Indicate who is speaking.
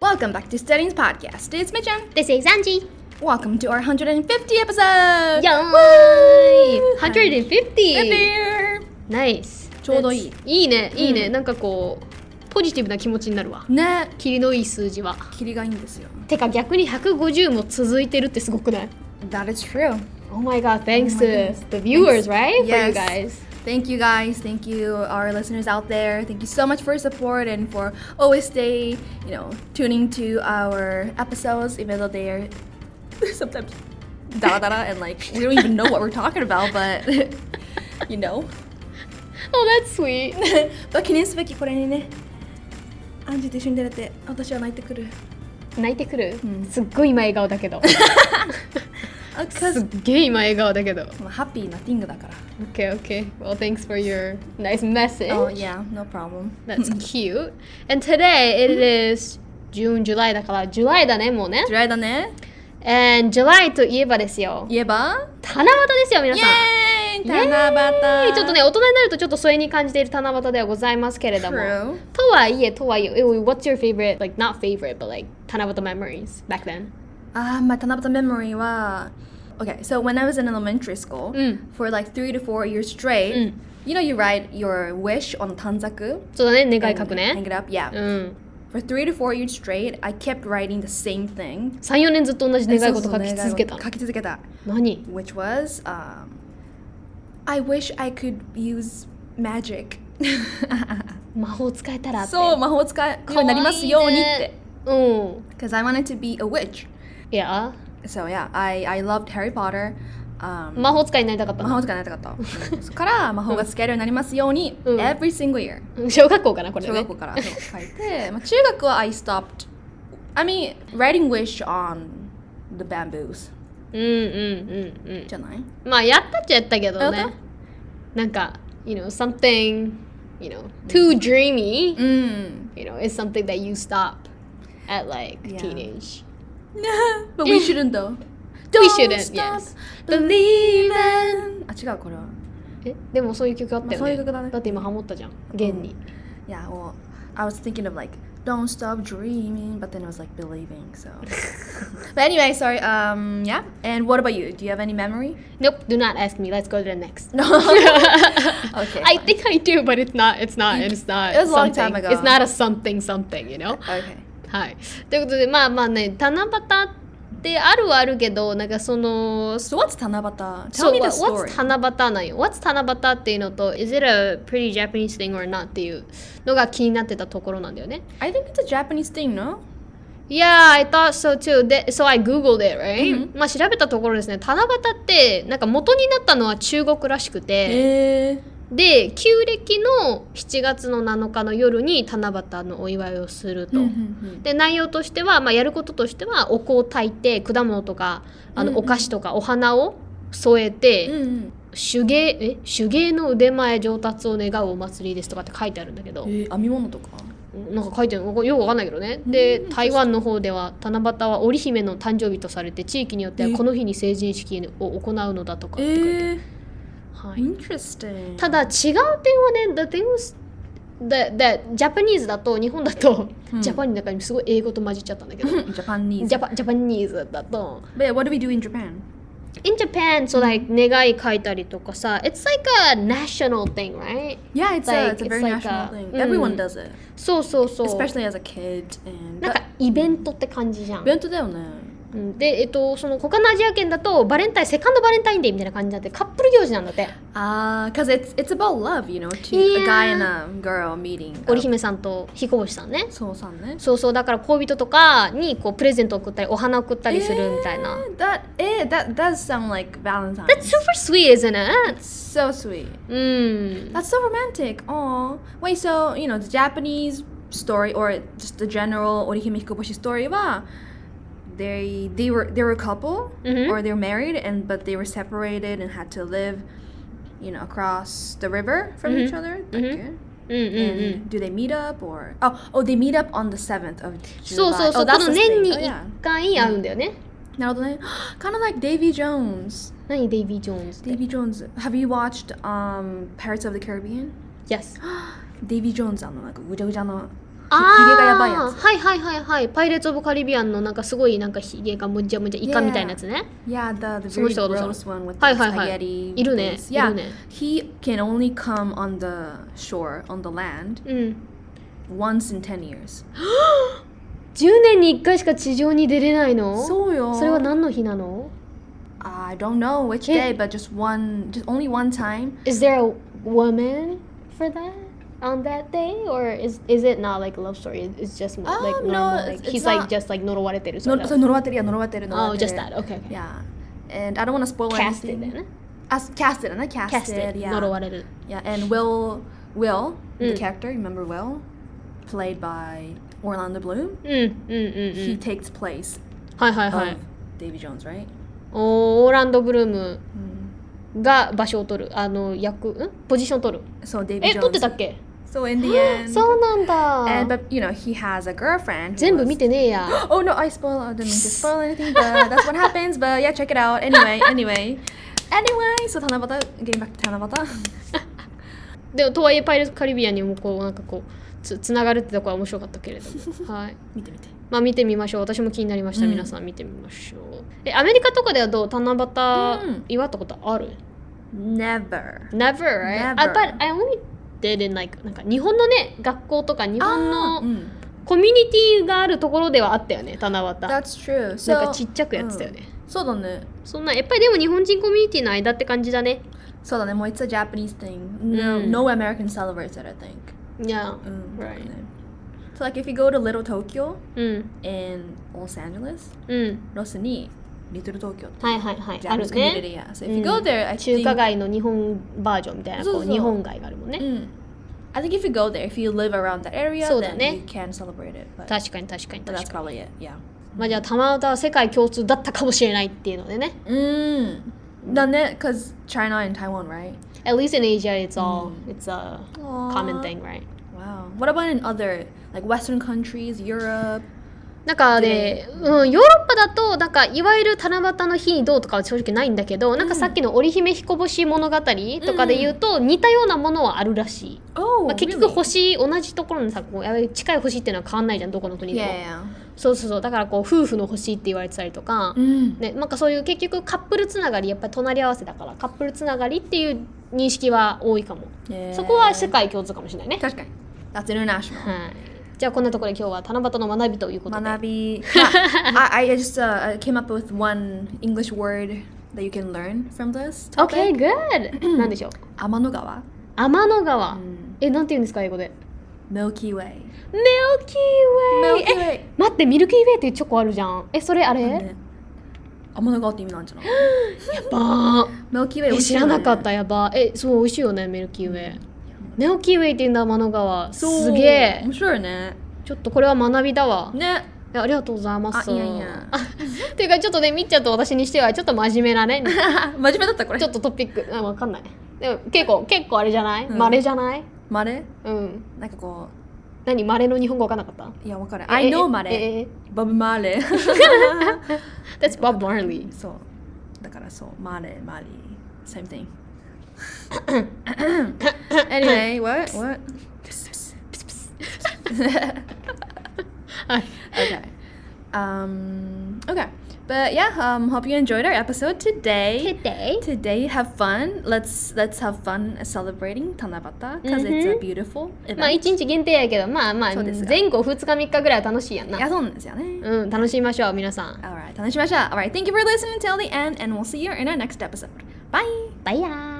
Speaker 1: Welcome back to Studying's podcast. It's Mitchum.
Speaker 2: This is Angie.
Speaker 1: Welcome to our 150 episode.
Speaker 2: Yay! 150!
Speaker 1: Year.
Speaker 2: ナイス
Speaker 1: ちょうどいい。
Speaker 2: いいね、いいね。
Speaker 1: うん
Speaker 2: なんかこう、ポジティブな気持ちになるわ。
Speaker 1: ね、
Speaker 2: 霧のいい数字は。
Speaker 1: 霧がいいんですよ。
Speaker 2: てか逆に150も続いてるってすごくない
Speaker 1: That is true.
Speaker 2: ?Oh my god, thanks
Speaker 1: Oh my
Speaker 2: to the viewers, right? For you
Speaker 1: Yes.
Speaker 2: guys.
Speaker 1: Thank you guys. Thank you our listeners out there. Thank you so much for your support and for always stay, you know, tuning to our episodes even though they are sometimes da da da and like we don't even know what we're talking about, but you know.
Speaker 2: Oh, that's sweet.
Speaker 1: まあ記念すべきこれにねアンジーと一緒に出れて私は泣いてくる
Speaker 2: 泣いてくる
Speaker 1: うん
Speaker 2: すっごい今笑顔だ けど。
Speaker 1: あか
Speaker 2: すっげえ今笑顔だけど。
Speaker 1: ハッピーなティングだから
Speaker 2: Okay, okay. Well, thanks for your nice message.
Speaker 1: Oh yeah, no problem
Speaker 2: That's cute. And today it is June, July だから、July だね、もうね。
Speaker 1: 嫌いだね
Speaker 2: And July といえばですよ。
Speaker 1: 言えば
Speaker 2: 七夕ですよ、皆
Speaker 1: イ
Speaker 2: さん。
Speaker 1: エーイ
Speaker 2: イエーイ
Speaker 1: 七夕
Speaker 2: ちょっとね、大人になるとちょっと疎遠に感じている七夕ではございますけれども。
Speaker 1: True
Speaker 2: とはいえ、とはいえ、Ew, what's your favorite, like not favorite, but like 七夕 memories back then?
Speaker 1: Ah, my Tanabata memory wa. Okay, so when I was in elementary school,
Speaker 2: Mm.
Speaker 1: for like three to four years straight,
Speaker 2: Mm.
Speaker 1: you know, you write your wish on tanzaku.
Speaker 2: そうだね、願い
Speaker 1: and
Speaker 2: 書く
Speaker 1: Hang
Speaker 2: ね。
Speaker 1: it up, yeah.
Speaker 2: うん。
Speaker 1: For three to four years straight, I kept writing the same thing.
Speaker 2: 3、4年ずっと同じ願い事書き続けた。
Speaker 1: そうそう、願い事書き続けた。
Speaker 2: 何
Speaker 1: which was um, I wish I could use magic.
Speaker 2: 魔法使えたらって。
Speaker 1: そう魔法使いになりますようにって。
Speaker 2: うん。
Speaker 1: Because I wanted to be a witch.
Speaker 2: いや、
Speaker 1: So yeah, I I loved Harry Potter. Um,
Speaker 2: 魔法使いになりたかったの。
Speaker 1: 魔法使いになりたかった。から魔法が使えるようになりますように、
Speaker 2: うん。
Speaker 1: every single year
Speaker 2: 小学校かな、これね。
Speaker 1: 小学校からそう書いて、まあ、中学は I stopped I mean writing wish on the bamboos
Speaker 2: うんうんうんうん。
Speaker 1: じゃない
Speaker 2: まあやったっちゃやったけど
Speaker 1: やっ
Speaker 2: ね
Speaker 1: た。
Speaker 2: なんか、you know, something, you know, too dreamy,
Speaker 1: うん
Speaker 2: you know, is something that you stop at like
Speaker 1: Yeah.
Speaker 2: teenage.
Speaker 1: But we shouldn't though.
Speaker 2: We shouldn't, yes.
Speaker 1: believing. あ、違う、これは。
Speaker 2: え、でもそういう曲あったよ
Speaker 1: ま
Speaker 2: ね。
Speaker 1: あそういう曲だね
Speaker 2: って今ハモったじゃん、現に。
Speaker 1: いや、もう、I was thinking of like, don't stop dreaming, but then it was like believing, so. but anyway, sorry, um, yeah. And what about you? Do you have any memory?
Speaker 2: Nope, do not ask me. Let's go to the next.
Speaker 1: No. okay.
Speaker 2: I think I do, but it's not, it's not, it's not.
Speaker 1: It was a long time
Speaker 2: something.
Speaker 1: ago.
Speaker 2: It's not a something something, you know?
Speaker 1: Okay.
Speaker 2: はい。ということで、まあまあね、七夕ってあるはあるけど、なんかその、
Speaker 1: So what's Tanabata?
Speaker 2: そ
Speaker 1: Tell
Speaker 2: う、
Speaker 1: me the
Speaker 2: what-
Speaker 1: story.
Speaker 2: What's 七夕なんよ What's 七夕っていうのと Is it a pretty Japanese thing or not っていうのが気になってたところなんだよね
Speaker 1: I think it's a Japanese thing, no?
Speaker 2: Yeah, I thought so too. That- so I googled it, right?、まあ調べたところですね、七夕ってなんか元になったのは中国らしくて、
Speaker 1: えー。
Speaker 2: で、旧暦の7月の7日の夜に七夕のお祝いをすると。
Speaker 1: うんうん
Speaker 2: で内容としては、まあ、やることとしてはお香を炊いて果物とかあ
Speaker 1: う
Speaker 2: の
Speaker 1: んうん
Speaker 2: お菓子とかお花を添えて、
Speaker 1: うんうん
Speaker 2: 手芸え手芸の腕前上達を願うお祭りですとかって書いてあるんだけど、
Speaker 1: えー編み物とか
Speaker 2: なんか書いてるのよくわかんないけどねで台湾の方では七夕は織姫の誕生日とされて地域によっては
Speaker 1: え
Speaker 2: この日に成人式を行うのだとかっ
Speaker 1: え
Speaker 2: て書いてある、
Speaker 1: ー、
Speaker 2: はい、
Speaker 1: Eh, interesting.
Speaker 2: ただ違う点はね The thing was that, that Japanese だと日本だと、
Speaker 1: うん
Speaker 2: ジャパンの中にすごい英語と混じっちゃったんだけど
Speaker 1: Hmm. Japanese.
Speaker 2: ジャパジャパニーズだと
Speaker 1: But what do we do in Japan?
Speaker 2: In Japan, so like 願い書いたりとかさ It's like a national thing, right?
Speaker 1: Yeah, it's a
Speaker 2: Like,
Speaker 1: it's a mm.
Speaker 2: it's
Speaker 1: very national
Speaker 2: like a-
Speaker 1: thing.
Speaker 2: うん
Speaker 1: Everyone does it,
Speaker 2: そうそうそう
Speaker 1: especially as a kid. And
Speaker 2: なんかイベントって感じじゃん。
Speaker 1: 弁当だよね。
Speaker 2: うんで、えっと、その他のアジア圏だとバレンタインセカンドバレンタインデーみたいな感じになってカップル行事なんだって
Speaker 1: Ah, because it's it's about love, you know, to a
Speaker 2: Yeah.
Speaker 1: guy and a girl meeting. Oh,
Speaker 2: 織姫さんと彦星さんね
Speaker 1: そうさんね。
Speaker 2: そうそうだから恋人とかにこうプレゼント送ったりお花送ったりするみたいな、
Speaker 1: えー That eh that does sound like Valentine's.
Speaker 2: That's super sweet isn't it?
Speaker 1: so sweet.
Speaker 2: うん
Speaker 1: That's so romantic. Oh, wait. So you know the Japanese story or just the general Orihime Hikoboshi story wa they they were they were a couple
Speaker 2: Mhm.
Speaker 1: or they were married and but they were separated and had to live you know across the river from
Speaker 2: Mm-hmm.
Speaker 1: each other. Okay.
Speaker 2: うんうんうん
Speaker 1: And do they meet up or oh oh they meet up on the seventh of July.
Speaker 2: そうそうそ
Speaker 1: Oh,
Speaker 2: う、こ
Speaker 1: that's the
Speaker 2: の
Speaker 1: thing.
Speaker 2: 年に
Speaker 1: Oh,
Speaker 2: 一
Speaker 1: yeah.
Speaker 2: 回会うんだよね、
Speaker 1: kind of like Davy Jones.
Speaker 2: 何デイビー・ジョーンズって
Speaker 1: Davy Jones. Have you watched um Pirates of the Caribbean?
Speaker 2: Yes
Speaker 1: デイビー・ジョーンズあのなんかぐちゃぐちゃの
Speaker 2: あ
Speaker 1: ひげがやばいや
Speaker 2: つはいはいはいはいパイレーツ・オブ・カリビアンのなんかすごいなんかひげがもじゃもじゃイカみたいなやつね
Speaker 1: Yeah, the, the
Speaker 2: その
Speaker 1: very
Speaker 2: 人がどう
Speaker 1: gross
Speaker 2: した
Speaker 1: one
Speaker 2: の
Speaker 1: with
Speaker 2: は
Speaker 1: the
Speaker 2: いはいはい
Speaker 1: spaghetti.
Speaker 2: いるね
Speaker 1: face. Yeah,
Speaker 2: いるね
Speaker 1: he can only come on the shore, on the land,
Speaker 2: うん
Speaker 1: once in 10 years.
Speaker 2: 10年に1回しか地上に出れないの
Speaker 1: そうよ
Speaker 2: それは何の日なの
Speaker 1: I don't know which day, but just one, just only one time.
Speaker 2: Is there a woman for that? On that day, or is is it not like a love story? It's just like
Speaker 1: Um,
Speaker 2: normal.
Speaker 1: no,
Speaker 2: like,
Speaker 1: it's
Speaker 2: he's
Speaker 1: not-
Speaker 2: like just like 呪われてる。
Speaker 1: No,
Speaker 2: それだ
Speaker 1: so 呪われてるや呪われてる呪わ
Speaker 2: oh,
Speaker 1: れてる
Speaker 2: just that. Okay. okay.
Speaker 1: Yeah. And I don't want to spoil
Speaker 2: Casted
Speaker 1: anything.
Speaker 2: だよね。
Speaker 1: As casted, and I casted.
Speaker 2: Casted.
Speaker 1: Yeah.
Speaker 2: 呪われる。
Speaker 1: Yeah, and Will, Will, the
Speaker 2: うん。
Speaker 1: character, remember Will, played by Orlando Bloom.
Speaker 2: うんうんうんう
Speaker 1: He
Speaker 2: ん。
Speaker 1: takes place
Speaker 2: はいはい
Speaker 1: of
Speaker 2: はい。
Speaker 1: Davy Jones, right?
Speaker 2: おーオーランド・ブルーム
Speaker 1: Mm.
Speaker 2: が場所を取る。あの役、んポジション取る。
Speaker 1: So Davy
Speaker 2: え、
Speaker 1: Jones.
Speaker 2: 取ってたっけ
Speaker 1: So in the end,
Speaker 2: そうなん
Speaker 1: and
Speaker 2: だ。
Speaker 1: but you know he has a girlfriend. who
Speaker 2: 全部
Speaker 1: was-
Speaker 2: 見てねえや。
Speaker 1: Oh no, I spoil. I didn't mean to spoil anything, but that's what happens. But yeah, check it out. Anyway, anyway, anyway. So Tanabata, getting back to Tanabata.
Speaker 2: でもとはいえパイレーツ・カリビアンにもこうなんかこうつつながるってとこは面白かったけれど もはいまあ見てみましょう私も気になりました、
Speaker 1: うん
Speaker 2: 皆さん見てみましょうえアメリカとかではどう七夕祝ったことある、
Speaker 1: Never.
Speaker 2: Never, right?
Speaker 1: Never.
Speaker 2: I, but I only did in like なんか日本のね学校とか日
Speaker 1: Ah,
Speaker 2: 本
Speaker 1: あー、
Speaker 2: の
Speaker 1: うん。
Speaker 2: コミュニティがあるところではあったよね七夕
Speaker 1: That's true.
Speaker 2: なん
Speaker 1: So
Speaker 2: かちっちゃくやってたよね、
Speaker 1: そうだね。
Speaker 2: そんなやっぱりでも日本人コミュニティの間って感じだね
Speaker 1: そうだね。もう It's a Japanese thing. No,、
Speaker 2: うん
Speaker 1: no American celebrates it. I think.
Speaker 2: いや
Speaker 1: うん
Speaker 2: Mm. Right.
Speaker 1: So like if you go to Little Tokyo
Speaker 2: うん
Speaker 1: in Los Angeles,
Speaker 2: うん
Speaker 1: ロスに Little Tokyo って
Speaker 2: はいはいはいある
Speaker 1: Japanese
Speaker 2: ね
Speaker 1: community や。So if you go there, I
Speaker 2: 中
Speaker 1: think
Speaker 2: 華街の日本バージョンみたいな
Speaker 1: そう
Speaker 2: こ
Speaker 1: そうう
Speaker 2: 日本街があるもんね、
Speaker 1: Mm. I think if you go there, if you live around that area,
Speaker 2: そう
Speaker 1: then
Speaker 2: だね
Speaker 1: you can celebrate it. But,
Speaker 2: 確かに確かに
Speaker 1: but
Speaker 2: 確
Speaker 1: that's
Speaker 2: か
Speaker 1: probably it. Yeah.
Speaker 2: にまあじゃあ玉唄は世界共通だったかもしれないっていうのでね
Speaker 1: Mm. Done because China and Taiwan, right?
Speaker 2: At least in Asia it's all、
Speaker 1: う
Speaker 2: it's a
Speaker 1: Aw.
Speaker 2: common thing right
Speaker 1: Wow. What about in other like Western countries, Europe?
Speaker 2: なんかね、うん、ヨーロッパだとなんかいわゆる七夕の日にどうとかは正直ないんだけど、なんかさっきの織姫彦星物語とかで言うと、似たようなものはあるらしい、
Speaker 1: Oh,
Speaker 2: まあ、結局星、同じところのさこうやっぱり近い星っていうのは変わんないじゃんどこの国
Speaker 1: really?
Speaker 2: でも、
Speaker 1: Yeah.
Speaker 2: そうそうそうだからこう夫婦の星って言われてたりとか、
Speaker 1: Mm.
Speaker 2: ね、なんかそういう結局カップルつながりやっぱり隣り合わせだからカップルつながりっていう認識は多いかも、
Speaker 1: Yeah.
Speaker 2: そこは世界共通かもしれないね、
Speaker 1: 確かに。That's international.
Speaker 2: はい、じゃあこんなところで今日は七夕の学びということで
Speaker 1: Manabi. I, I just uh, came up with one English word that you can learn from this.
Speaker 2: OK good 何でしょう
Speaker 1: Amanogawa.
Speaker 2: 天の川、
Speaker 1: Mm.
Speaker 2: えなんて言うんですか英語で
Speaker 1: Milky Way.
Speaker 2: ミルキーウェイ
Speaker 1: Milky
Speaker 2: え
Speaker 1: Way.
Speaker 2: 待ってミルキーウェイっていうチョコあるじゃんえそれあれ、
Speaker 1: ね天の川って意味なんじゃない
Speaker 2: やばー
Speaker 1: ミルキーウ ェイ
Speaker 2: え
Speaker 1: 美味しい
Speaker 2: 知
Speaker 1: よ
Speaker 2: ら
Speaker 1: ね
Speaker 2: なかったやばーえそう美味しいよねミルキーウェイミルキーウェイって言うんだ天の川
Speaker 1: そう
Speaker 2: すげえ
Speaker 1: 面白いね
Speaker 2: ちょっとこれは学びだわ
Speaker 1: ね
Speaker 2: いやありがとうございます。
Speaker 1: あいやいや
Speaker 2: あ。 っていうかちょっとねみっちゃんと私にしてはちょっと真面目なね
Speaker 1: 真面目だったこれ
Speaker 2: ちょっとトピックあわかんない。でも結構結構あれじゃない？
Speaker 1: うん
Speaker 2: まれじゃない？
Speaker 1: マレ
Speaker 2: うん。
Speaker 1: なんかこ
Speaker 2: 何まれの日本語わかんなかった
Speaker 1: ういやわかる I know マレ
Speaker 2: レ。ええ
Speaker 1: ボブマ レ
Speaker 2: That's Bob Marley。
Speaker 1: そうだからそうマレマリ same thing anyway what what
Speaker 2: はい。
Speaker 1: okay um okay but yeah um hope you enjoyed our episode today
Speaker 2: Today
Speaker 1: Today, have fun. Let's let's have fun celebrating Tanabata because it's a
Speaker 2: Mhm.
Speaker 1: beautiful
Speaker 2: まあ
Speaker 1: event.
Speaker 2: 一日限定やけどまあまあ
Speaker 1: そうですが
Speaker 2: 前後二日三日ぐらいは楽しいやんな。
Speaker 1: いや、そうなんですよね。
Speaker 2: うん楽しみましょう皆さん。
Speaker 1: Alright, 楽しみましょう。Alright, thank you for listening till the end, and we'll see you in our next episode. Bye.
Speaker 2: バイヤー。